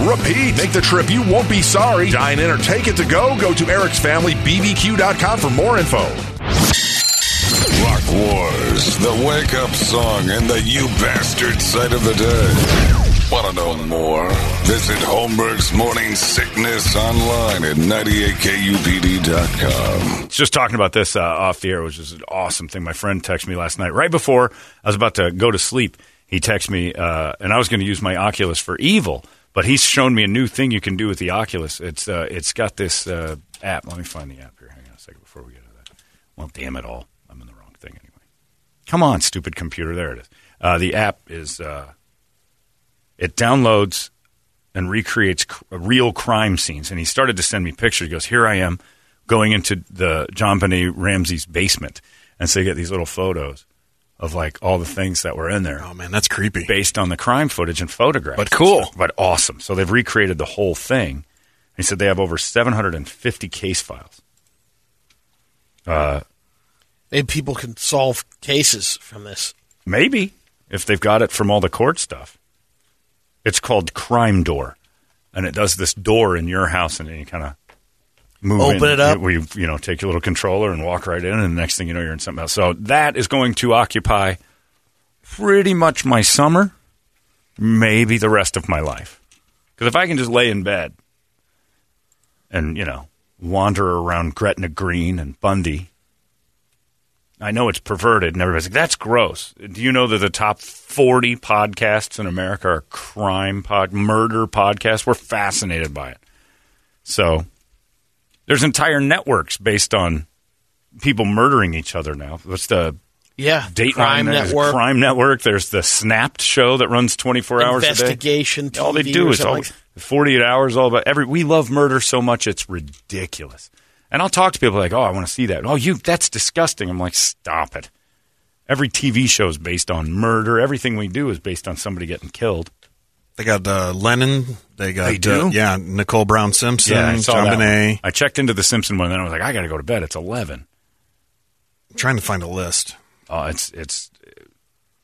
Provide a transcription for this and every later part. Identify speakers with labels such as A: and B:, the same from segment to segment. A: repeat. Make the trip. You won't be sorry. Dine in or take it to go. Go to Eric's Family BBQ.com for more info.
B: Rock Wars, the wake up song, and the you bastard sight of the day. Want to know more? Visit Holmberg's Morning Sickness online at 98kupd.com.
C: Just talking about this uh, off the air, which is an awesome thing. My friend texted me last night, right before I was about to go to sleep. He texted me, uh, and I was going to use my Oculus for evil, but he's shown me a new thing you can do with the Oculus. It's uh, it's got this uh, app. Let me find the app here. Hang on a second before we get to that. Well, damn it all, I'm in the wrong thing anyway. Come on, stupid computer. There it is. Uh, the app is uh, it downloads and recreates cr- real crime scenes. And he started to send me pictures. He goes, "Here I am going into the John Benet Ramsey's basement," and so you get these little photos of like all the things that were in there
D: Oh man, that's creepy.
C: based on the crime footage and photographs.
D: But cool.
C: But awesome. So they've recreated the whole thing. He said they have over 750 case files.
D: Maybe people can solve cases from this.
C: Maybe if they've got it from all the court stuff. It's called Crime Door, and it does this door in your house, and you kind of move
D: Open
C: in,
D: it up.
C: Where you you know take your little controller and walk right in, and the next thing you know, you're in something else. So that is going to occupy pretty much my summer, maybe the rest of my life. Because if I can just lay in bed and you know wander around Gretna Green and Bundy. I know it's perverted, and everybody's like, "That's gross." Do you know that the top forty podcasts in America are crime pod, murder podcasts? We're fascinated by it. So there's entire networks based on people murdering each other now. What's the
D: Yeah,
C: Dateline
D: Crime
C: There's
D: Network,
C: Crime Network. There's the Snapped show that runs 24 hours a day.
D: investigation. TV
C: All they do
D: or
C: is
D: something
C: all,
D: like that.
C: 48 hours, all about every. We love murder so much, it's ridiculous. And I'll talk to people like, oh, I want to see that. Oh, you, that's disgusting. I'm like, stop it. Every TV show is based on murder. Everything we do is based on somebody getting killed.
D: They got uh, Lennon. They got
C: They do?
D: uh, yeah Nicole Brown Simpson,
C: I saw
D: John
C: that
D: Bonet.
C: one. I checked into the Simpson one, and then I was like, I got to go to bed. It's 11.
D: I'm trying to find a list.
C: Oh, it's it's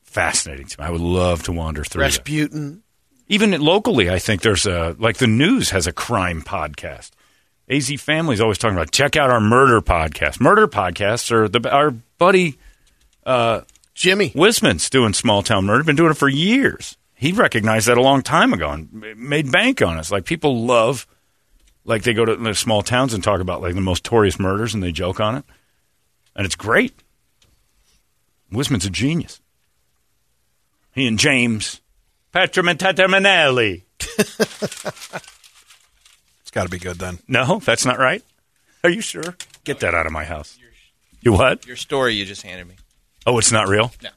C: fascinating to me. I would love to wander through. that.
D: Rasputin.
C: even locally, I think there's a like the news has a crime podcast. AZ Family's always talking about check out our murder podcast. Murder podcasts are the our buddy
D: Jimmy.
C: Wisman's doing small town murder. Been doing it for years. He recognized that a long time ago and m- made bank on us. Like people love, like they go to the small towns and talk about like the most notorious murders and they joke on it, and it's great. Wisman's a genius. He and James Petramantamanelli.
D: It's got to be good then.
C: No, that's not right. Are you sure? Get that out of my house. You what?
E: Your story you just handed me.
C: Oh, it's not real? No.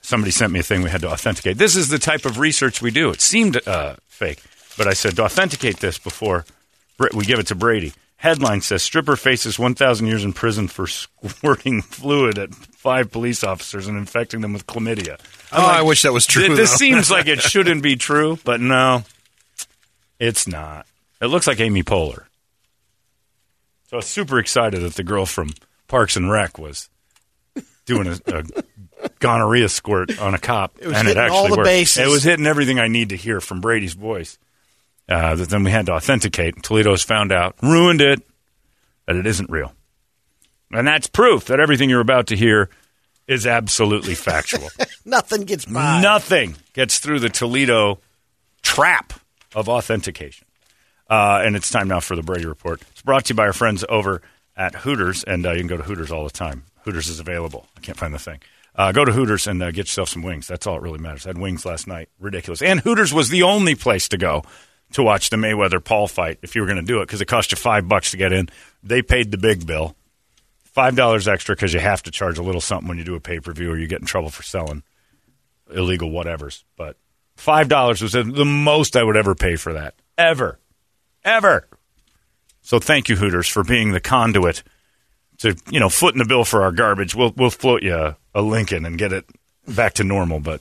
C: Somebody sent me a thing we had to authenticate. This is the type of research we do. It seemed uh, fake. but I said to authenticate this before Br- we give it to Brady. Headline says stripper faces 1,000 years in prison for squirting fluid at five police officers and infecting them with chlamydia.
E: Oh, I wish that was true.
C: Th- this
E: though.
C: seems like it shouldn't be true, but no, it's not. It looks like Amy Poehler. So I was super excited that the girl from Parks and Rec was doing a, a gonorrhea squirt on a cop,
D: It was
C: and it
D: hitting
C: actually
D: all the
C: worked.
D: bases.
C: It was hitting everything I need to hear from Brady's voice. Uh, that then we had to authenticate. Toledo's found out, ruined it, that it isn't real, and that's proof that everything you're about to hear is absolutely factual.
D: Nothing gets by.
C: Nothing gets through the Toledo trap of authentication. Uh, and it's time now for the Brady Report. It's brought to you by our friends over at Hooters, and uh, you can go to Hooters all the time. Hooters is available. I can't find the thing. Uh, go to Hooters and uh, get yourself some wings. That's all it really matters. I had wings last night. Ridiculous. And Hooters was the only place to go to watch the Mayweather Paul fight if you were going to do it because it cost you five bucks to get in. They paid the big bill five dollars extra because you have to charge a little something when you do a pay per view, or you get in trouble for selling illegal whatevers. But five dollars was the most I would ever pay for that, ever, ever. So thank you Hooters for being the conduit to you know foot in the bill for our garbage. We'll we'll float you a, a Lincoln and get it back to normal, but.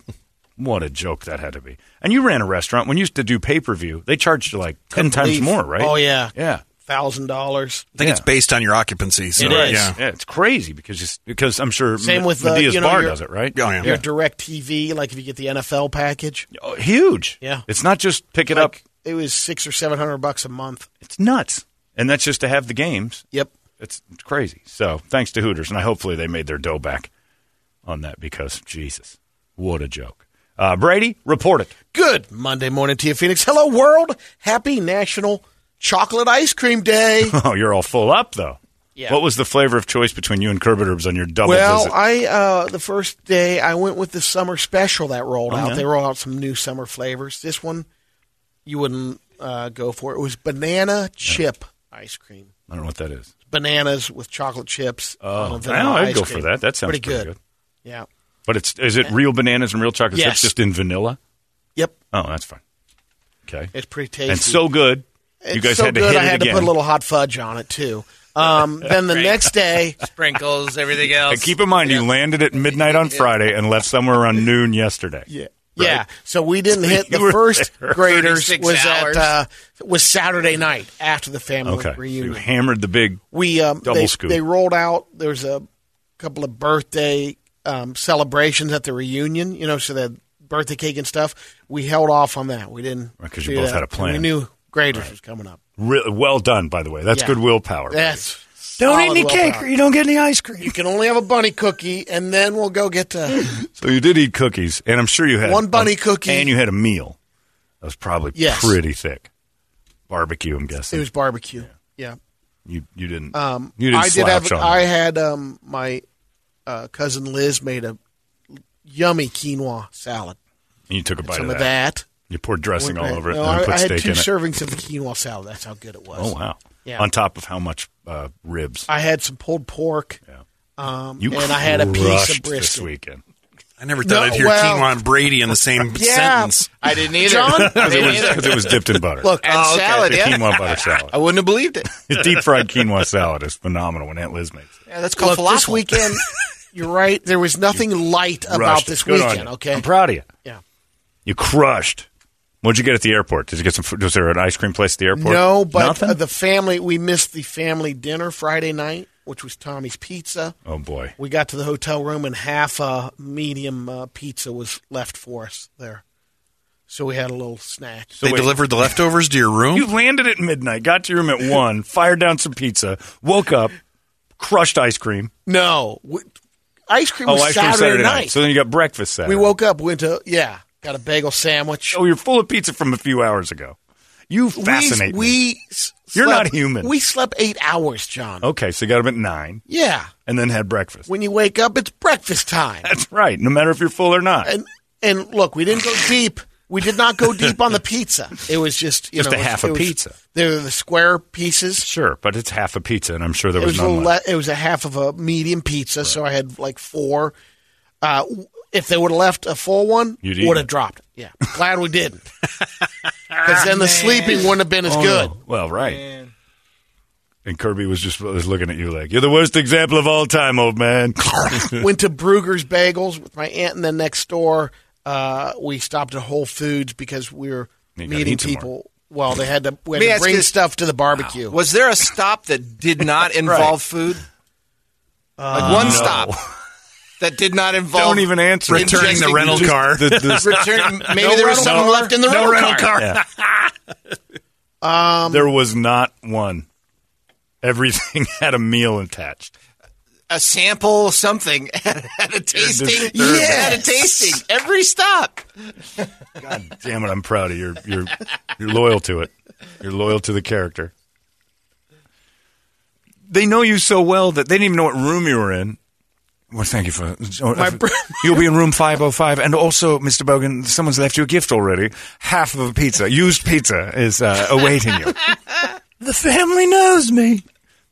C: What a joke that had to be! And you ran a restaurant when you used to do pay per view. They charged you like ten times
D: Leave.
C: more, right?
D: Oh yeah,
C: yeah.
D: thousand dollars.
E: I think it's based on your occupancy. So,
D: It is.
E: Yeah.
C: Yeah, it's crazy because it's, because I'm sure
D: Same
C: Ma-
D: with, uh,
C: Medea's
D: you know,
C: bar
D: your-
C: does it right.
E: Oh, yeah.
D: Your Direct TV, like if you get the NFL package,
C: Oh, huge.
D: Yeah.
C: it's not just pick it up.
D: like, it was six or seven hundred bucks a month.
C: It's nuts, and that's just to have the games.
D: Yep.
C: It's, it's crazy. So thanks to Hooters, and I hopefully they made their dough back on that because Jesus, what a joke. Uh, Brady, report it.
D: Good Monday morning to you, Phoenix. Hello, world. Happy National Chocolate Ice Cream Day.
C: Oh, you're all full up though.
D: Yeah.
C: What was the flavor of choice between you and Curb Herbs on your double
D: well,
C: visit?
D: I uh, the first day I went with the summer special that rolled out.
C: yeah?
D: They rolled out some new summer flavors. This one you wouldn't uh, go for. It was banana chip ice cream.
C: I don't know what that is.
D: Bananas with chocolate chips.
C: Oh,
D: on vanilla
C: well, I'd
D: ice
C: go
D: cream.
C: for that. That sounds pretty good.
D: Yeah.
C: But it's is it real bananas and real chocolate
D: Yes.
C: chips just in vanilla?
D: Yep.
C: Oh, that's fine. Okay.
D: It's pretty tasty.
C: and so good.
D: It's
C: you guys
D: so
C: had to
D: good.
C: hit
D: I
C: it
D: had
C: again.
D: to put a little hot fudge on it too. Um, then the next day,
F: sprinkles, everything else.
C: And keep in mind, you landed at midnight on Friday and left somewhere around noon yesterday. Yeah.
D: yeah. So we didn't hit
C: You
D: the
C: were
D: first
C: there.
D: graders
F: 36
D: was
F: hours.
D: at uh, was Saturday night after the family
C: Okay. So you
D: reunion.
C: hammered the big.
D: we um,
C: Double
D: they,
C: scoop.
D: they rolled out. There's a couple of birthday um, celebrations at the reunion. You know, so that birthday cake and stuff. We held off on that. We didn't
C: 'cause you
D: do
C: both
D: that.
C: had a plan.
D: And we knew graders was coming up.
C: Re- well done, by the way. That's
D: Yeah.
C: good willpower. buddy.
D: That's
E: Don't
D: solid
E: eat any
D: willpower.
E: cake or you don't get any ice cream.
D: You can only have a bunny cookie, and then we'll go get to.
C: So you did eat cookies, and I'm sure you had
D: One bunny cookie.
C: and you had a meal. That was probably
D: Yes.
C: pretty thick. Barbecue, I'm
D: it
C: guessing.
D: was barbecue. Yeah.
C: you you didn't.
D: Um,
C: you didn't
D: I did
C: slouch
D: have.
C: on.
D: I had um, my uh, cousin Liz made a yummy quinoa salad.
C: and you took a bite
D: Some
C: of that.
D: of that.
C: You poured dressing all
D: Went-
C: over it.
D: no,
C: and
D: I,
C: then put
D: I had
C: steak
D: two
C: in it.
D: servings of the quinoa salad. That's how good it was.
C: oh wow!
D: Yeah.
C: On top of how much uh, ribs?
D: I had some pulled pork.
C: Yeah.
D: Um,
C: you
D: and I had a piece
C: crushed
D: of
C: this
D: brisket.
C: weekend.
E: I never thought
D: No,
E: I'd hear
D: well-
E: quinoa and Brady in the same
D: Yeah.
E: sentence.
F: I didn't either.
D: John?
F: I
C: It
F: didn't
C: was,
F: either.
C: 'cause it was dipped in butter.
D: Look, uh,
F: And
D: I'll-
F: salad,
C: the
F: yeah.
C: quinoa butter salad.
F: I wouldn't have believed it.
C: The deep fried quinoa salad is phenomenal when Aunt Liz makes it.
F: Yeah, that's called
D: look,
F: falafel.
D: this weekend. You're right. There was nothing light about
C: Rushed.
D: this
C: Good on
D: weekend.
C: you.
D: Okay.
C: I'm proud of you.
D: Yeah.
C: You crushed. What'd you get at the airport? Did you get some food? Was there an ice cream place at the airport?
D: No, but
C: Nothing?
D: uh, the family. We missed the family dinner Friday night, which was Tommy's Pizza.
C: oh, boy.
D: We got to the hotel room and half a medium uh, pizza was left for us there, so we had a little snack.
E: They
C: wait.
E: delivered the leftovers to your room?
C: You landed at midnight, got to your room at 1, fired down some pizza, woke up, crushed ice cream.
D: No, we, ice cream was
C: oh, ice
D: Saturday,
C: cream Saturday
D: night.
C: So then you got breakfast Saturday.
D: we woke up, went to yeah, got a bagel sandwich.
C: Oh, you're full of pizza from a few hours ago. You fascinate
D: we,
C: me.
D: we s-
C: You're
D: slept-
C: not human. Oh.
D: We slept eight hours, John.
C: Okay, so you got up at 9
D: Yeah,
C: and then had breakfast.
D: when you wake up, it's breakfast time.
C: That's right, no matter if you're full or not.
D: and and look, we didn't go deep. We did not go deep on the pizza. It was just you
C: Just
D: know,
C: a half
D: it
C: a
D: was-
C: pizza.
D: They were the square pieces.
C: Sure, but it's half a pizza, and I'm sure there
D: It
C: was,
D: was a
C: no none left.
D: le- it was a half of a medium pizza, so I had like four. Uh, w- if they would have left a full one,
C: You'd eat
D: would
C: it.
D: have dropped. it. Yeah, glad we didn't. because then the sleeping wouldn't have been as good.
C: Oh, Well, right. And Kirby was just was looking at you like, you're the worst example of all time, old man.
D: Went to Brugger's Bagels with my aunt, and then next door uh, we stopped at Whole Foods because we were
C: You gotta
D: meeting
C: eat some more.
D: people. Well, they had to, we
F: Let me
D: had to
F: ask
D: bring
F: you-
D: stuff to the barbecue.
F: Was there a stop that did not involve food? like
E: Uh,
F: one stop that did not involve
C: Don't even answer.
E: Returning the rental car.
C: The- the-
F: Return, maybe
D: No
F: there was
D: rental
F: something
D: car.
F: left in the
D: No
F: rental,
D: rental
F: car. Um,
C: there was not one. Everything had a meal attached.
F: A sample, something at, a tasting.
C: disturbing.
F: Yeah, at a tasting. Every stop.
C: God damn it! I'm proud of you. You're you're, you're loyal to it. You're loyal to the character. They know you so well that they didn't even know what room you were in. Well, thank you for.
D: br-
C: you'll be in room 505. And also, Mr. Bogan, someone's left you a gift already. Half of a pizza, used pizza, is uh, awaiting you. the family knows me.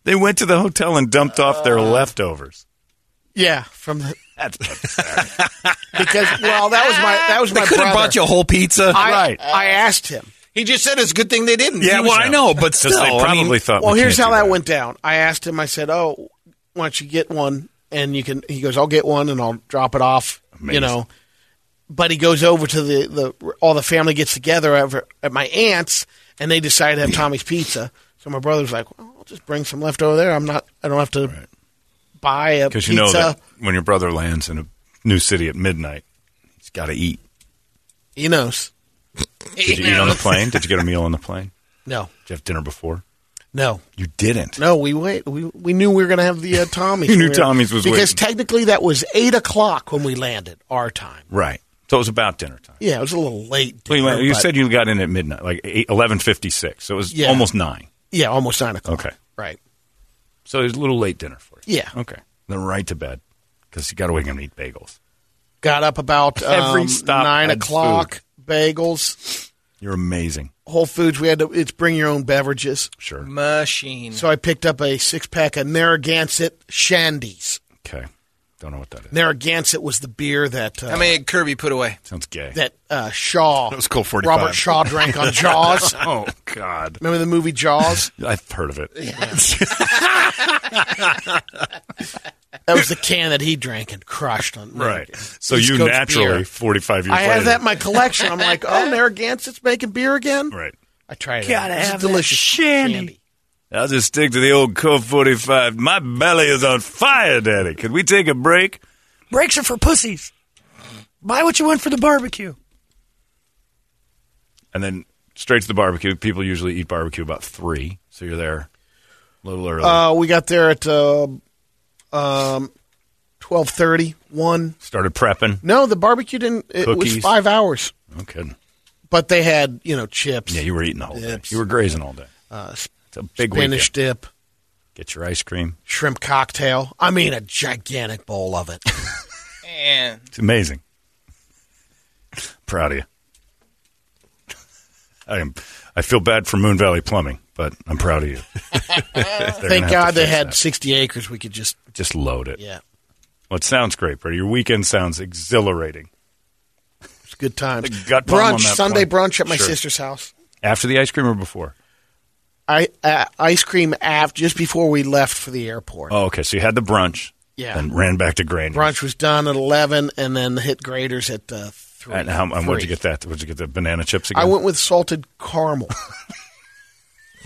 C: They went to the hotel and dumped off
D: Uh,
C: their leftovers.
D: yeah, from the, because well, that was my that was
E: They
D: my
E: could
D: brother.
E: have bought you a whole pizza.
D: I,
C: Right.
D: I asked him.
F: He just said it's a good thing they didn't.
E: yeah,
F: He
E: well,
F: was-
E: I know, but still,
C: Because they
E: I
C: probably
E: mean,
C: thought. we
D: Well, here's
C: can't
D: how
C: do
D: that went down. I asked him. I said, "Oh, why don't you get one?" And you can. He goes, "I'll get one and I'll drop it off." You
C: Amazing.
D: know. But he goes over to the, the all the family gets together over at my aunt's, and they decide to have Tommy's Pizza. So my brother's like, well, "I'll just bring some left over there. I'm not. I don't have to buy a
C: Because
D: pizza."
C: you know that when your brother lands in a new city at midnight, he's got to eat.
D: He knows.
C: Did you eat on the plane? Did you get a meal on the plane?
D: No,
C: Did you have dinner before?
D: no,
C: You didn't.
D: no. We wait. We we knew we were going to have the uh, Tommy's.
C: You knew
D: We were-
C: Tommy's was
D: because
C: waiting.
D: technically that was eight o'clock when we landed our time.
C: Right. So it was about dinner time.
D: Yeah, it was a little late.
C: Well, you, went-
D: dinner,
C: you
D: but-
C: said you got in at midnight, like eight- 11.56. So it was
D: Yeah.
C: almost 9.
D: Yeah, almost nine o'clock.
C: Okay.
D: Right.
C: So it was a little late dinner for you.
D: Yeah.
C: Okay. Then right to bed because you got to wake up and eat bagels.
D: Got up about um,
C: Every stop
D: nine
C: had
D: o'clock. Bagels,
C: You're amazing.
D: Whole Foods. We had to. It's bring your own beverages.
C: Sure.
F: Machine.
D: So I picked up a six pack of Narragansett Shandies.
C: Okay. Don't know what that is.
D: Narragansett was the beer that uh,
F: How many did Kirby put away?
C: Sounds gay.
D: that uh, Shaw
E: That was Colt 45.
D: Robert Shaw drank on Jaws.
C: oh, God.
D: Remember the movie Jaws?
C: I've heard of it.
D: That was the can that he drank and crushed on.
C: Right.
D: Narragansett.
C: So
D: East
C: you
D: Coast
C: naturally,
D: beer.
C: 45 years
D: I
C: later.
D: have that in my collection. I'm like, oh, Narragansett's making beer again.
C: Right.
D: I tried it.
C: Gotta
D: It was
C: have that
D: delicious
C: shandy.
D: shandy.
C: I'll just stick to the old Colt 45. My belly is on fire, Daddy. Could we take a break?
G: Breaks are for pussies. Buy what you want for the barbecue.
C: And then straight to the barbecue. People usually eat barbecue about three, so you're there a little early.
D: Uh, we got there at uh, um, twelve thirty one.
C: Started prepping.
D: No, the barbecue didn't. It was
C: Cookies.
D: five hours,
C: No kidding.
D: but they had you know chips,
C: Yeah, you were eating the whole day.
D: Dips.
C: You were grazing all day.
D: uh, sp-
C: It's a big
D: spinach
C: weekend.
D: dip,
C: Get your ice cream.
D: shrimp cocktail. I mean, a gigantic bowl of it.
F: And
C: It's amazing. Proud of you. I am. I feel bad for Moon Valley Plumbing, but I'm proud of you.
D: Thank God they had
C: that.
D: sixty acres. We could just
C: just load it.
D: yeah,
C: Well, it sounds great, Brady. Your weekend sounds exhilarating.
D: it's good times.
C: The gut bomb on
D: brunch
C: that
D: Sunday
C: plane.
D: brunch at my
C: Sure.
D: sister's house.
C: After the ice cream or before?
D: I uh, ice cream aft just before we left for the airport.
C: Oh, okay. So you had the brunch.
D: Yeah.
C: And ran back to Granny.
D: Brunch was done at eleven, and then hit graders at uh, three.
C: And how, and where'd you
D: three.
C: get that? Where'd you get the banana chips again?
D: I went with salted caramel.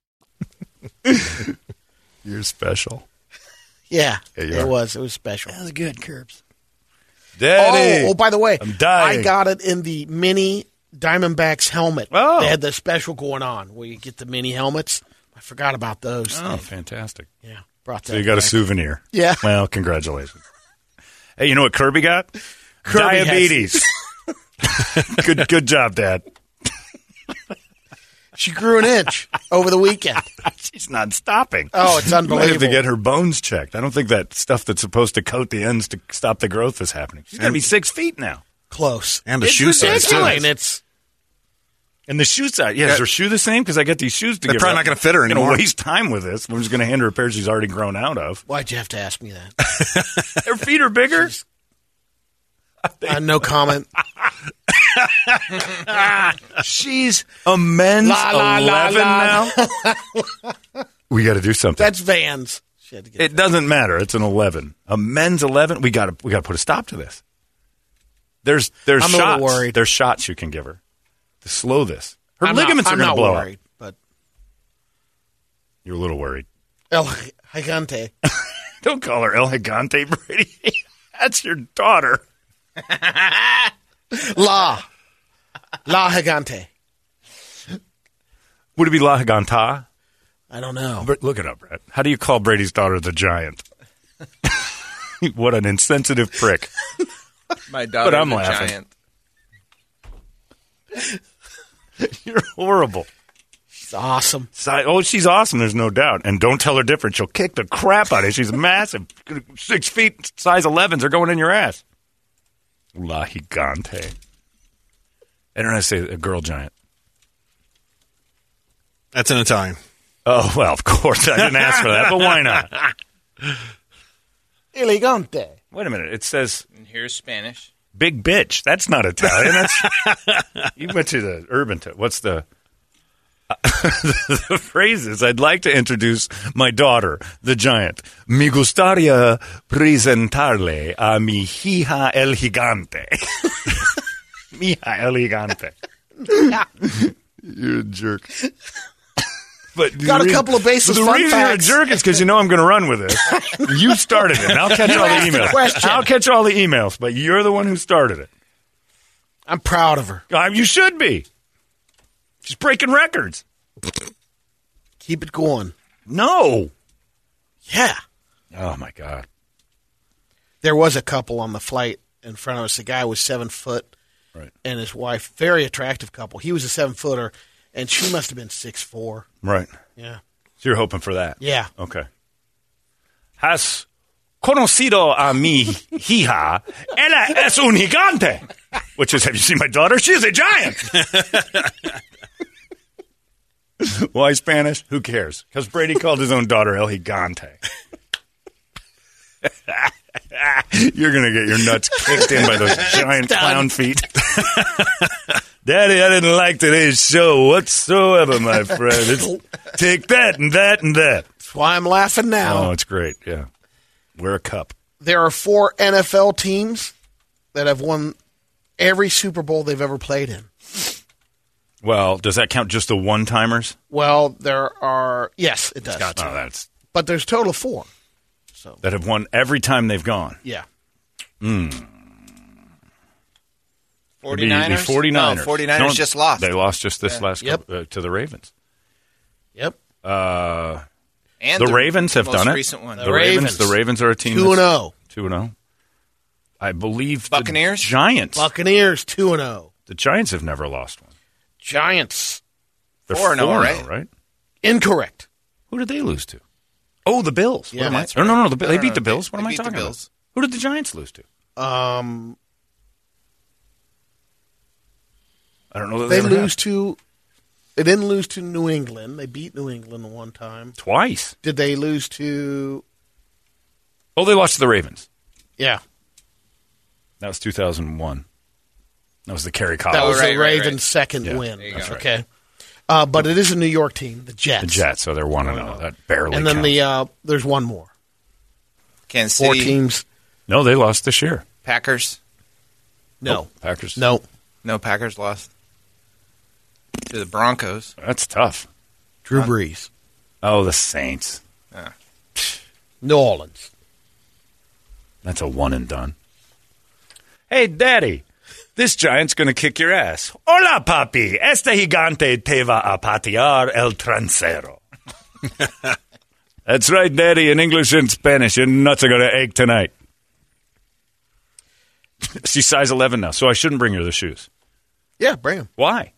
C: You're special.
D: Yeah,
C: Yeah, you
D: it
C: are.
D: was. It was special.
G: That was good, Curbs.
C: Daddy.
D: Oh, oh, by the way,
C: I'm dying.
D: I got it in the mini Diamondbacks helmet.
C: Oh.
D: They had the special going on where you get the mini helmets. I forgot about those.
C: Oh, fantastic.
D: Yeah, brought that.
C: So you got a
D: back.
C: souvenir.
D: Yeah.
C: Well, congratulations. Hey, you know what Kirby got?
D: Kirby has-
C: Diabetes. good good job, Dad.
D: She grew an inch over the weekend.
C: She's not stopping.
D: Oh, it's
C: I have to
D: unbelievable.
C: get her bones checked. I don't think that stuff that's supposed to coat the ends to stop the growth is happening. She's going to be six feet now.
D: Close.
E: And a
C: It's
E: shoe size, too.
D: Ridiculous. It's
C: And the shoe size. Yeah, is her shoe the same? Because I got these shoes to
E: They're
C: give
E: probably not gonna fit her
C: I'm
E: anymore.
C: going to waste time with this. I'm just going to hand her a pair she's already grown out of.
D: why'd you have to ask me that?
C: Her feet are bigger.
D: Uh, no comment.
C: She's a men's
D: La, la, la,
C: 11
D: la.
C: now. we got to do something.
D: That's Vans. She had to get
C: it doesn't matter. It's an 11. A men's 11. We got to we got to put a stop to this. There's there's
D: I'm a little
C: shots.
D: worried.
C: There's shots you can give her to slow this. Her
D: I'm not-
C: ligaments
D: I'm
C: are going
D: not
C: to blow
D: worried,
C: up.
D: But
C: You're a little worried.
D: El Gigante.
C: Don't call her El Gigante Brady. That's your daughter.
D: La. La Gigante.
C: Would it be La Giganta?
D: I don't know.
C: Br- Look it up, Brett. How do you call Brady's daughter the giant? what an insensitive prick.
F: My daughter,
C: But I'm
F: the
C: laughing.
F: giant.
C: You're horrible.
D: It's awesome.
C: Si- Oh, she's awesome. There's no doubt. And don't tell her different. She'll kick the crap out of you. She's massive. Six feet, size 11s are going in your ass. La gigante. And then I say a girl giant.
E: That's an Italian.
C: Oh, well, of course. I didn't ask for that, but why not?
D: Elegante.
C: Wait a minute. It says
F: And here's Spanish.
C: big bitch. That's not Italian. That's you went to the urban. T- what's the the phrases? I'd like to introduce my daughter, the giant. Mi gustaría presentarle a mi hija el gigante. mi hija el gigante. You're a jerk. But the
D: Got a
C: reason-
D: couple of baseless
C: The
D: fun
C: reason
D: facts.
C: you're a jerk is because you know I'm going to run with it. You started it. and I'll catch all
D: asked
C: the
D: the
C: emails.
D: question.
C: I'll catch all the emails, but you're the one who started it.
D: I'm proud of her.
C: Uh, you should be. She's breaking records.
D: Keep it going.
C: No.
D: Yeah.
C: Oh my god.
D: There was a couple on the flight in front of us. The guy was seven foot
C: Right.
D: and his wife, very attractive couple. He was a seven footer and she must have been six four.
C: Right.
D: Yeah.
C: So you're hoping for that.
D: Yeah.
C: Okay. Has conocido a mi hija. Ella es un gigante. Which is, have you seen my daughter? She is a giant. Why Spanish? Who cares? Because Brady called his own daughter El Gigante. You're gonna get your nuts kicked in by those giant clown feet. Daddy, I didn't like today's show whatsoever, my friend. It's, take that and that and that.
D: That's why I'm laughing now.
C: Oh, it's great. Yeah. Wear a cup.
D: There are four NFL teams that have won every Super Bowl they've ever played in.
C: Well, does that count just the one timers?
D: Well, there are yes, it does.
C: Oh, that's
D: But there's a total of four.
C: that have won every time they've gone.
D: Yeah.
F: 49ers?
C: The, the 49ers.
F: No, 49ers
C: No,
F: just lost.
C: They lost just this last
D: Yep.
C: couple, uh, to the Ravens. Uh,
D: Yep.
F: And
C: The, Ravens have
F: most
C: done it.
F: recent one.
C: The,
F: The
C: Ravens.
D: Ravens.
C: The Ravens are a team.
D: Two and
C: that's-
D: oh.
C: Two and zero. I believe the
F: Buccaneers?
C: Giants.
D: Buccaneers two and oh.
C: the Giants have never lost one.
D: Giants
C: They're
F: Four and oh,
C: four
F: right?
C: right?
D: incorrect.
C: Who did they lose to? Oh, the Bills.
D: Yeah,
C: what am I?
D: that's
C: No, no, no. The, Bi-
F: No,
C: they
F: no,
C: beat
F: no,
C: the
F: they-
C: Bills. what am
F: they
C: I
F: beat the
C: talking about?
F: Bills.
C: Who did the Giants lose to?
D: Um,
C: I don't know. That
D: they
C: ever
D: lose
C: had.
D: to. They didn't lose to New England. They beat New England one time.
C: twice.
D: Did they lose to?
C: Oh, they lost to the Ravens.
D: Yeah,
C: That was 2001. That was the Kerry Collins.
D: that was
F: right,
D: the
F: right,
D: Ravens'
F: right.
D: second
C: Yeah,
D: win.
F: you go.
D: Okay, uh, but it is a New York team, the Jets. Oh,
C: the Jets, so they're 1 and 0. That barely
D: And then
C: counts.
D: the uh, there's one more.
F: Kansas
D: Four
F: City
D: teams.
C: No, they lost this year. Oh,
F: Packers.
D: uh, No,
C: Packers.
D: no.
F: No, Packers lost to the Broncos.
C: That's tough.
D: Drew Brees,
C: Oh, the Saints.
D: New Orleans.
C: That's a one and done. Hey, Daddy, this giant's going to kick your ass. Hola, papi. Este gigante te va a patear el trancero. That's right, Daddy, in English and Spanish. Your nuts are going to ache tonight. She's size 11 now, so I shouldn't bring her the shoes.
D: Yeah, bring them.
C: Why?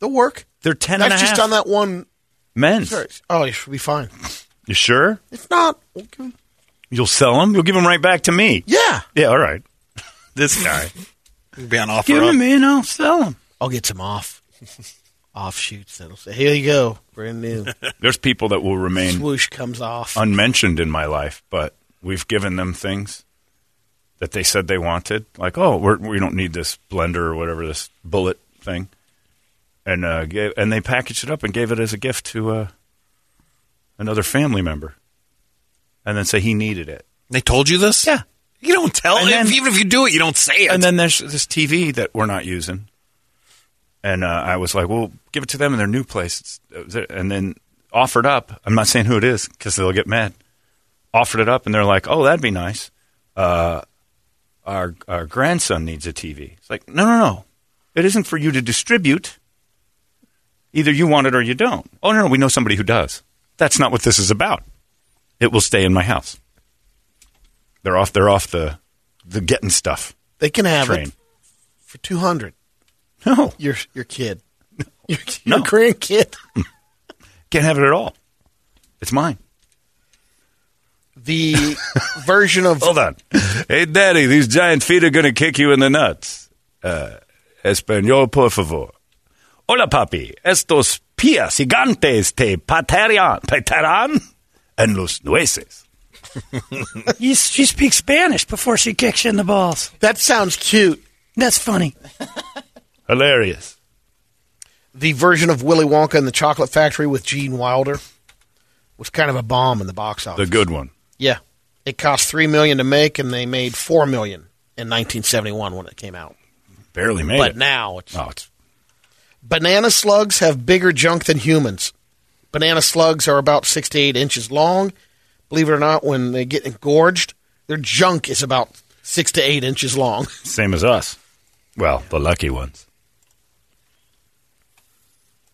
D: They'll work.
C: They're 10 and
D: That's
C: a
D: just
C: half.
D: on that one.
C: Men's.
D: search. Oh, you should be fine.
C: You sure?
D: If not, we'll give him-
C: You'll sell them? You'll give them right back to me.
D: yeah,
C: Yeah, all right. This guy.
G: Be on offer.
C: give
G: up.
C: them in, I'll sell them.
D: I'll get some off offshoots that'll say, "Here you go, brand new."
C: There's people that will remain
D: Swoosh comes off.
C: unmentioned in my life, but we've given them things that they said they wanted. Like, oh, we're, we don't need this blender or whatever, this bullet thing. And, uh, gave, and they packaged it up and gave it as a gift to uh, another family member. And then say he needed it.
G: They told you this?
C: Yeah.
G: You don't tell.
C: And
G: if-
C: then-
G: even if you do it, you don't say it.
C: and then there's this TV that we're not using. And uh, I was like, well, give it to them in their new place. It's, uh, and then offered up. I'm not saying who it is because they'll get mad. Offered it up, and they're like, oh, that'd be nice. Uh, our our grandson needs a TV. It's like, no, no, no. It isn't for you to distribute. Either you want it or you don't. Oh no, no, we know somebody who does. That's not what this is about. It will stay in my house. They're off. They're off the the getting stuff
D: They can have
C: train.
D: it for two hundred.
C: No,
D: Your your kid, your,
C: No.
D: your grandkid.
C: can't have it at all. It's mine.
D: The version of
C: Hold on. Hey, Daddy, these giant feet are going to kick you in the nuts. Uh, Espanol, por favor. Hola, papi. Estos pies gigantes te pateran, pateran en los nueces.
G: You, she speaks Spanish before she kicks you in the balls.
D: that sounds cute.
G: That's funny.
C: Hilarious.
D: the version of Willy Wonka and the Chocolate Factory with Gene Wilder was kind of a bomb in the box office.
C: The good one.
D: yeah, it cost three million to make, and they made four million in 1971 when it came out.
C: Barely made
D: But
C: it.
D: now, it's,
C: oh, it's
D: banana slugs have bigger junk than humans. Banana slugs are about six to eight inches long. Believe it or not, when they get engorged, their junk is about six to eight inches long.
C: same as us. Well, the lucky ones.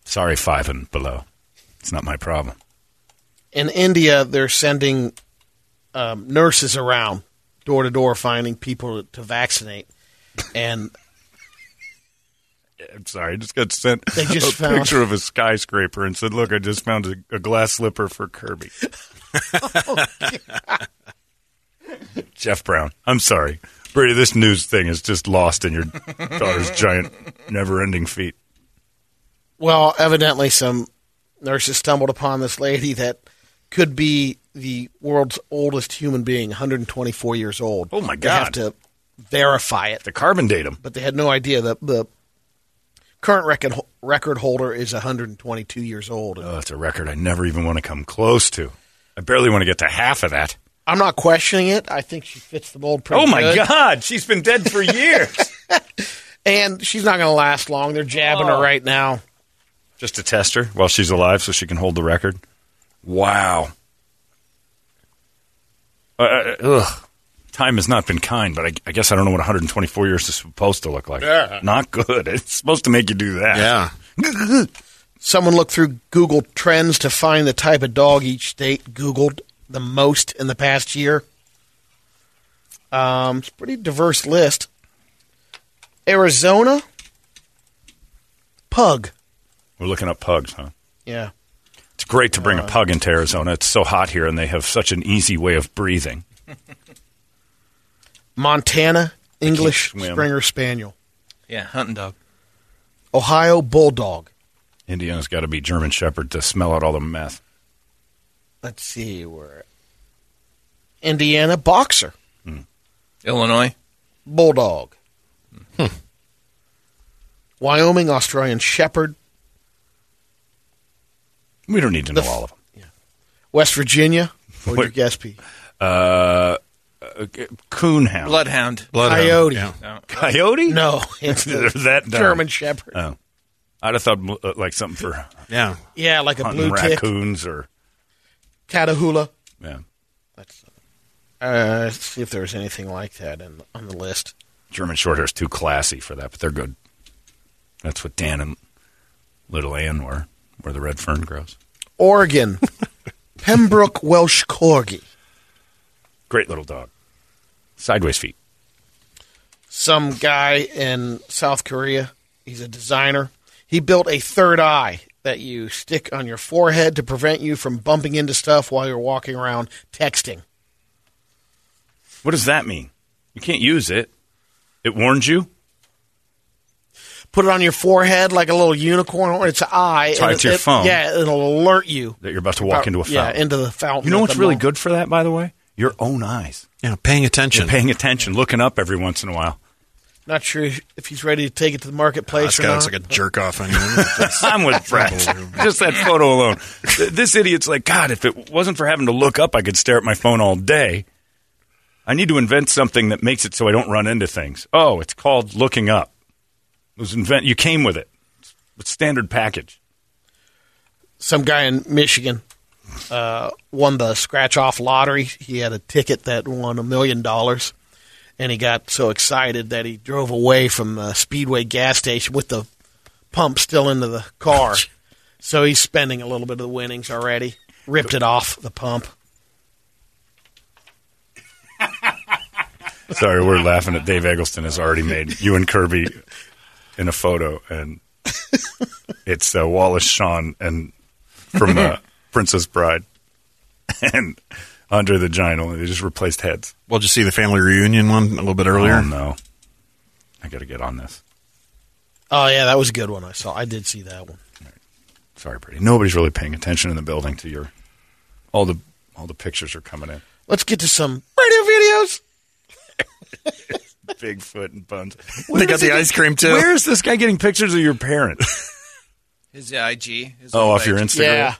C: Sorry, five and below. It's not my problem.
D: in India, they're sending um, nurses around door to door finding people to vaccinate, and
C: I'm sorry, I just got sent
D: They just
C: a
D: found-
C: picture of a skyscraper and said, "Look, I just found a, a glass slipper for Kirby."
D: Oh,
C: Jeff Brown, I'm sorry, Brady. This news thing is just lost in your daughter's giant, never-ending feet.
D: well, evidently some nurses stumbled upon this lady that could be the world's oldest human being, 124 years old.
C: Oh, my
D: They have
C: God.
D: to verify it,
C: The carbon datum.
D: but they had no idea that the current record record holder is 122 years old.
C: Oh, it's a record I never even want to come close to. I barely want to get to half of that.
D: I'm not questioning it. I think she fits the mold pretty
C: Oh my
D: good.
C: God, she's been dead for years.
D: And she's not going to last long. They're jabbing
C: Oh.
D: her right now.
C: just to test her while she's alive so she can hold the record. Wow. Uh, uh, ugh. Time has not been kind, but I, I guess I don't know what 124 years is supposed to look like. Not good. It's supposed to make you do that.
F: Yeah.
D: Someone looked through Google Trends to find the type of dog each state Googled the most in the past year. Um, it's a pretty diverse list. Arizona, pug.
C: We're looking up pugs, huh?
D: Yeah.
C: It's great to bring a pug into Arizona. It's so hot here, and they have such an easy way of breathing.
D: Montana, English
C: swim.
D: Springer Spaniel.
E: Yeah, hunting dog.
D: Ohio, bulldog.
C: Indiana's got to be German Shepherd to smell out all the meth.
D: Let's see where. Indiana, boxer,
E: Illinois.
D: bulldog. Wyoming, Australian shepherd.
C: We don't need to know all of them.
D: West Virginia, what would your
C: Wait.
D: guess be?
C: Uh, uh, coonhound.
E: Bloodhound.
D: Coyote.
C: Coyote?
D: No, it's the
C: um, that uh, dumb.
D: German Shepherd.
C: Oh. I'd have thought uh, like something for
G: Yeah.
D: yeah, like a
C: hunting
D: blue tick,
C: raccoons or
D: Catahoula.
C: yeah,
D: Uh, let's see if there's anything like that in, on the list.
C: German Shorthair's too classy for that, but they're good. That's what Dan and little Ann were, where the red fern grows.
D: Oregon, Pembroke Welsh Corgi.
C: Great little dog. Sideways feet.
D: Some guy in South Korea. He's a designer. He built a third eye that you stick on your forehead to prevent you from bumping into stuff while you're walking around texting.
C: What does that mean? You can't use it. It warns you.
D: Put it on your forehead like a little unicorn, or it's an eye.
C: Tie it
D: and
C: to your phone.
D: Yeah, it'll alert you.
C: That you're about to walk into a
D: Yeah,
C: fountain.
D: into the fountain.
C: You know
D: at
C: what's
D: the
C: really
D: mall.
C: good for that, by the way? Your own eyes.
H: You know, paying attention.
C: You're paying attention, looking up every once in a while.
D: Not sure if he's ready to take it to the marketplace
H: Oh, This
D: or
H: guy
D: not.
H: looks like a jerk off on you.
C: I'm with Brett. Just that photo alone. Th- This idiot's like, God, if it wasn't for having to look up, I could stare at my phone all day. I need to invent something that makes it so I don't run into things. Oh, it's called looking up. It was invent. You came with it. It's standard package.
D: some guy in Michigan uh, won the scratch off lottery. He had a ticket that won a million dollars, and he got so excited that he drove away from the Speedway gas station with the pump still into the car. so he's spending a little bit of the winnings already. Ripped it off the pump.
C: Sorry, we're laughing at Dave Eggleston has already made you and Kirby in a photo, and it's uh, Wallace Shawn and from uh, Princess Bride and Andre the Giant. Only they just replaced heads.
H: well, did you see the family reunion one a little bit earlier?
C: Oh no, I got to get on this.
D: Oh yeah, that was a good one. I saw. I did see that one.
C: Sorry, Brady. Nobody's really paying attention in the building to your all the all the pictures are coming in.
D: Let's get to some radio videos.
C: Bigfoot and buns.
H: They got the ice cream too.
C: Where is this guy getting pictures of your parents?
E: His IG. His
C: Oh,
E: old
C: off your
E: IG.
C: Instagram.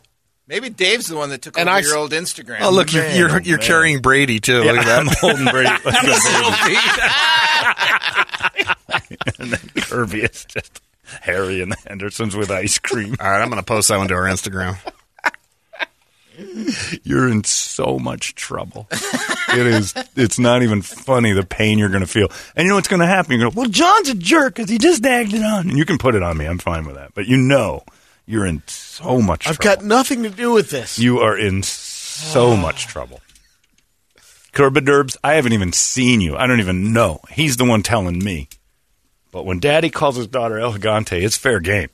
F: Maybe Dave's the one that took
D: And
F: over
D: I
F: your
D: s-
F: old Instagram.
H: Oh, look, you're you're,
C: Man, oh,
H: you're
C: man.
H: carrying Brady too.
C: Yeah,
H: Look at
C: I'm
H: that.
C: holding Brady. and then Kirby is just Harry and the Hendersons with ice cream.
H: All right, I'm going to post that one to our Instagram.
C: You're in so much trouble. It is. It's not even funny the pain you're going to feel. And you know what's going to happen? You're going to well, John's a jerk because he just nagged it on. And you can put it on me. I'm fine with that. But you know, you're in so much.
D: I've
C: trouble.
D: got nothing to do with this.
C: You are in so much trouble. Kerbiderbs, I haven't even seen you. I don't even know. He's the one telling me. But when daddy calls his daughter Elegante, it's fair game.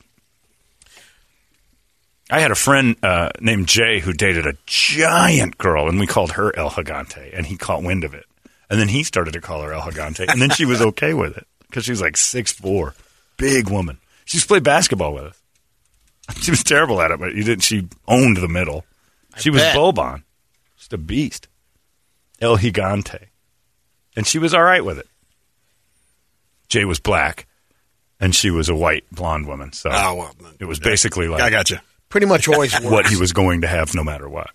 C: I had a friend uh, named Jay who dated a giant girl, and we called her El Gigante, and he caught wind of it. And then he started to call her El Gigante, and then she was okay with it because she was like six four, big woman. She used to play basketball with us. She was terrible at it, but you didn't. She owned the middle. she was
D: bet.
C: Bobon, just a beast, El Gigante, and she was all right with it. Jay was black, and she was a white blonde woman, so
H: Oh, well,
C: it was basically like
H: I got you.
D: Pretty much always works.
C: what he was going to have no matter what.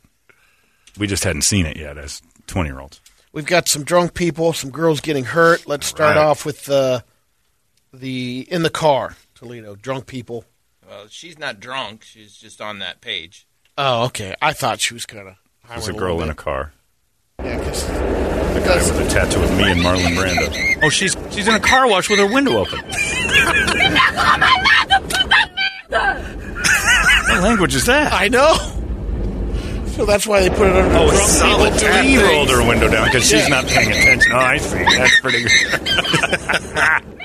C: We just hadn't seen it yet as 20 year olds.
D: We've got some drunk people, some girls getting hurt. Let's start
C: right.
D: off with the the in the car, Toledo. Drunk people.
E: Well, she's not drunk. She's just on that page.
D: Oh, okay. I thought she was gonna. I
C: There's a
D: went
C: girl in
D: little
C: a car
D: bit. Yeah, 'cause-
C: with a tattoo of me and Marlon Brando. Oh, she's she's in a car wash with her window open. what language is that?
D: I know. So that's why they put it under.
C: Oh,
D: drunk
C: it's solid
D: people
C: tap.
D: Toledo.
C: rolled her window down because she's not paying attention. Oh, I see. That's pretty good.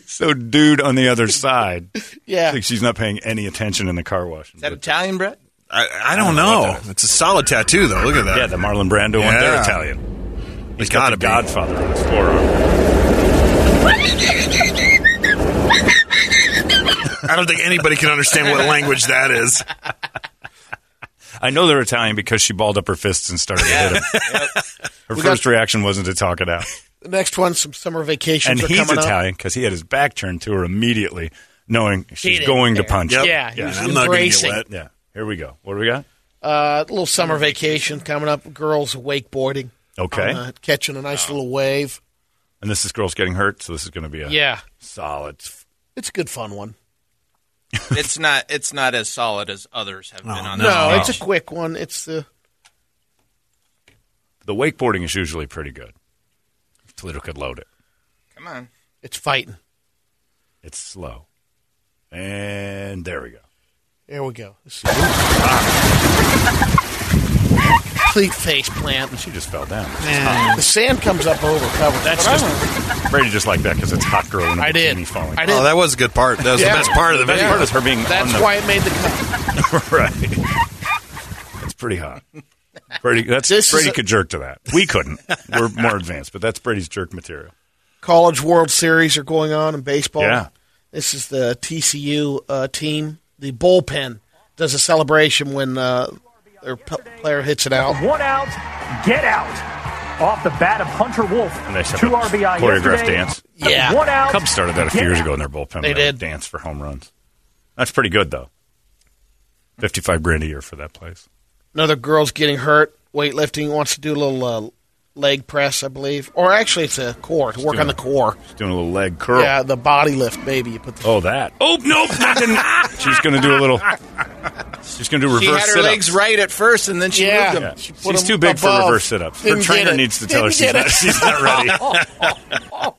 C: so, dude on the other side,
D: Yeah.
C: like she's not paying any attention in the car wash.
E: Is that Italian, Brett?
H: I, I don't know. It's a solid tattoo though. Look at that.
C: Yeah, the Marlon Brando one.
H: Yeah.
C: They're Italian.
H: It's
C: He's got
H: gotta
C: the
H: be.
C: Godfather on his forearm.
H: I don't think anybody can understand what language that is.
C: I know they're Italian because she balled up her fists and started to hit him. Her first reaction wasn't to talk it out.
D: The next one, some summer vacations
C: And
D: are
C: he's
D: coming up.
C: Italian because he had his back turned to her immediately, knowing she's going to punch.
H: Yep.
D: Yeah, he
H: Yeah,
D: was
H: I'm not going to
D: embracing.
H: get wet.
C: Yeah. Here we go. What do we got?
D: Uh, little summer vacation coming up. Girls wakeboarding.
C: Okay.
D: On, uh, catching a nice little wave.
C: And this is girls getting hurt, so this is going to be a
D: Yeah,
C: solid. f-
D: it's a good fun one.
E: It's not. It's not as solid as others have been on.
D: No,
E: that page.
D: it's a quick one. It's uh, the
C: The wakeboarding is usually pretty good. Toledo could load it.
E: Come on.
D: it's fighting.
C: It's slow. And there we go.
D: There we go. This is- complete face plant.
C: She just fell down.
D: The sand comes up over covers. That's
C: just- Brady just like that because it's hot girl and
D: I did.
C: falling.
D: I did.
F: Oh, that was a good part. That was
D: Yeah.
F: the best part of the
C: The best
F: video.
C: part is her being
D: That's
C: on
D: why it made the cut.
C: the right. That's pretty hot. Brady, that's
D: This is
C: Brady
D: a-
C: could jerk to that. We couldn't. We're more advanced, but that's Brady's jerk material.
D: College World Series are going on in baseball.
C: Yeah.
D: This is the TCU uh, team. The bullpen does a celebration when uh, their p- player hits it out.
I: One out, get out. Off the bat of Hunter Wolf.
C: And they said
I: Two
C: the
I: RBI
C: choreographed
I: yesterday.
C: dance.
D: Yeah.
I: One out.
C: Cubs started that a few
I: get
C: years
I: out.
C: ago in their bullpen.
D: They
C: where would
D: did.
C: dance for home runs. That's pretty good though. Fifty-five grand a year for that place.
D: Another girl's getting hurt. Weightlifting wants to do a little uh, leg press, I believe, or actually it's a core to work on the core.
C: She's doing a little leg curl.
D: Yeah, the body lift, maybe you put the
C: Oh, that. Oh nope, not the- She's going to do a little. She's going to do reverse
F: She had her
C: sit-ups.
F: legs right at first, and then she
D: Yeah.
F: moved them.
C: Yeah.
D: She put
C: She's
D: him
C: too big
D: above.
C: for reverse sit-ups.
D: Didn't
C: her
D: get
C: trainer
D: it.
C: needs to tell her
D: Didn't
C: she's
D: get
C: not,
D: it.
C: she's not ready. she's not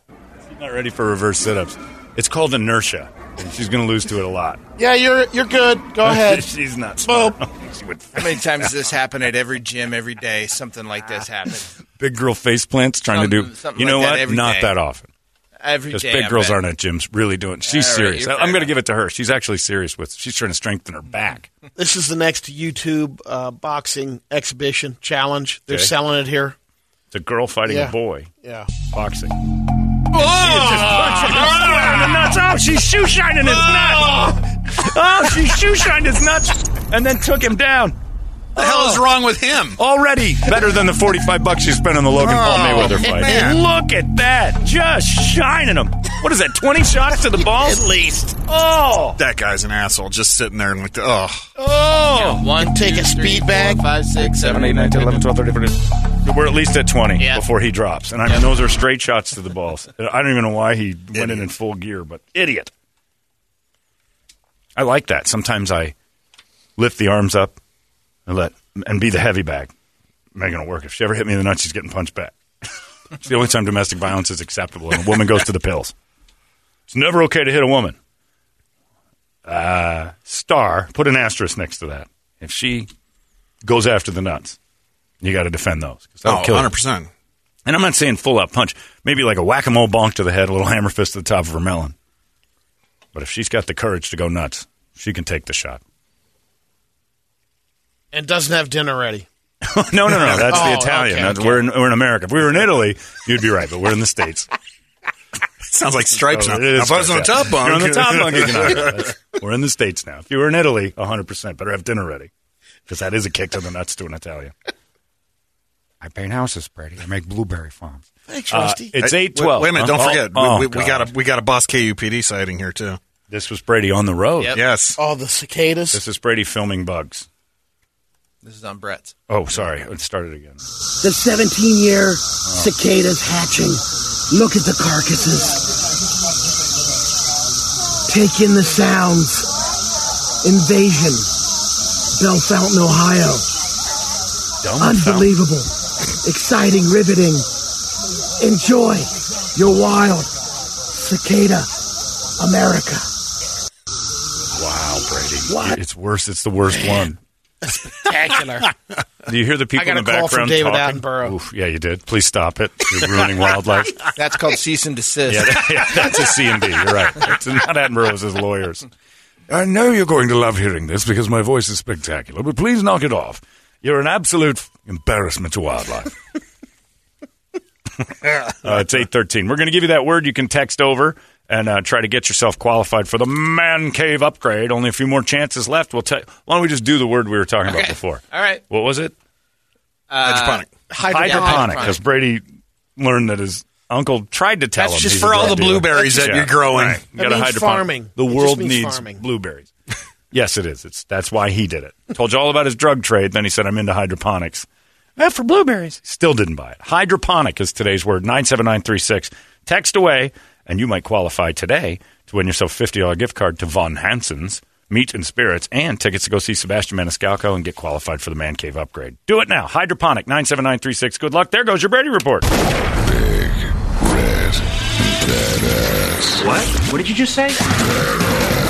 C: ready for reverse sit-ups. It's called inertia, and she's going to lose to it a lot.
D: Yeah, you're you're good. Go ahead.
C: she's not smart. she would
E: How many times does this happen at every gym every day? Something like this happens
C: big girl face plants trying to
E: Something-
C: do.
E: something
C: you know
E: like that
C: what?
E: every
C: not
E: day.
C: that often.
E: every
C: Because
E: day.
C: big
E: I
C: girls
E: bet.
C: aren't at gyms really doing. She's
E: All right,
C: serious.
E: you're
C: I- I'm
E: fair
C: going to
E: enough.
C: give it to her. She's actually serious with. She's trying to strengthen her back.
D: This is the next YouTube uh, boxing exhibition challenge. They're
C: Okay.
D: selling it here.
C: It's a girl fighting
D: Yeah.
C: a boy.
D: Yeah.
C: Boxing.
I: Oh, she's shoe shining his nuts.
C: Oh, she shoe shined his nuts and then took him down.
F: What the hell is wrong with him?
C: Already better than the 45 bucks you spent on the Logan Paul Mayweather fight.
F: man.
C: Look at that. Just shining him. What is that, 20 shots to the balls? At least. Oh.
H: That guy's an asshole, just sitting there and like, oh,
C: Oh.
E: One,
D: Take
E: two,
D: a
E: three,
D: speed
E: four,
D: bag.
E: five, six, seven, eight, nine,
C: 10,
E: ten,
C: 11, 12, 13, 14. We're at least at 20
E: Yeah.
C: before he drops. And I mean, those are straight shots to the balls. I don't even know why he went in in full gear, but idiot. I like that. Sometimes I lift the arms up and let and be the heavy bag. Megan will work. If she ever hit me in the nuts, she's getting punched back. it's the only time domestic violence is acceptable, and a woman goes to the pills. It's never okay to hit a woman. Uh, star, put an asterisk next to that. If she goes after the nuts, you got to defend those. 'cause that'll
H: oh,
C: kill you.
H: 100%.
C: And I'm not saying full out punch. Maybe like a whack a mole bonk to the head, a little hammer fist to the top of her melon. But if she's got the courage to go nuts, she can take the shot.
D: And doesn't have dinner ready.
C: no, no, no. That's
D: Oh,
C: the Italian.
D: okay,
C: That's-
D: okay.
C: We're, in, we're in America. If we were in Italy, you'd be right, but we're in the States.
H: Sounds like stripes
C: So
H: now.
C: Oh, it is
H: If I was on the
C: like
H: top
C: that.
H: bunk.
C: You're on the top bunk. you can argue. That's- We're in the States now. If you were in Italy, 100%. Better have dinner ready because that is a kick to the nuts to an Italian. Uh,
J: I paint houses, Brady. I make blueberry farms.
D: Thanks,
C: Uh,
D: Rusty.
C: it's
H: Hey,
C: 812.
H: Wait a minute, don't
C: Oh,
H: forget.
C: oh,
H: we, we, we
C: God.
H: got a we got a boss KUPD sighting here too.
C: This was Brady on the road.
E: Yep.
H: Yes.
D: All the cicadas.
C: This is Brady filming bugs.
E: This is on Brett's.
C: Oh, sorry. It started again.
I: The 17 year cicadas hatching. Look at the carcasses. Take in the sounds. Invasion. Bell Fountain, Ohio.
C: Dumb
I: Unbelievable. Exciting, riveting. Enjoy your wild cicada America.
C: Wow, Brady. It's worse. It's the worst one.
D: Spectacular.
C: Do you hear the people
D: got
C: in
D: a
C: the
D: call
C: background
D: from David
C: talking?
D: Attenborough.
C: Oof, yeah, you did. Please stop it. You're ruining wildlife.
E: That's called cease and desist.
C: Yeah, that- yeah, that's a C and D. You're right. It's not Attenborough's as lawyers. I know you're going to love hearing this because my voice is spectacular, but please knock it off. You're an absolute f- embarrassment to wildlife. uh, it's eight thirteen. We're going to give you that word. You can text over and uh, try to get yourself qualified for the man cave upgrade. Only a few more chances left. We'll tell. Why don't we just do the word we were talking about before?
E: All right.
C: What was it?
H: Hydroponic.
C: Hydroponic.
E: hydroponic.
C: Because Brady learned that his uncle tried to tell
H: That's
C: him.
H: just
C: he's
H: for
C: a
H: all
C: drug
H: the
C: dealer.
H: blueberries that
C: Yeah,
H: you're growing.
C: right. You
D: That
C: gotta
D: means
C: hydroponic.
D: farming.
C: The
D: It just
C: world
D: means
C: needs
D: farming.
C: blueberries. yes, it is. It's that's why he did it. Told you all about his drug trade. Then he said, "I'm into hydroponics."
G: That Uh, for blueberries.
C: Still didn't buy it. Hydroponic is today's word. Nine seven nine three six. Text away, and you might qualify today to win yourself a fifty dollar gift card to Von Hansen's Meat and Spirits, and tickets to go see Sebastian Maniscalco and get qualified for the man cave upgrade. Do it now. Hydroponic nine seven nine three six. Good luck. There goes your Brady report.
B: Big, red, badass.
I: What? What did you just say?
B: 98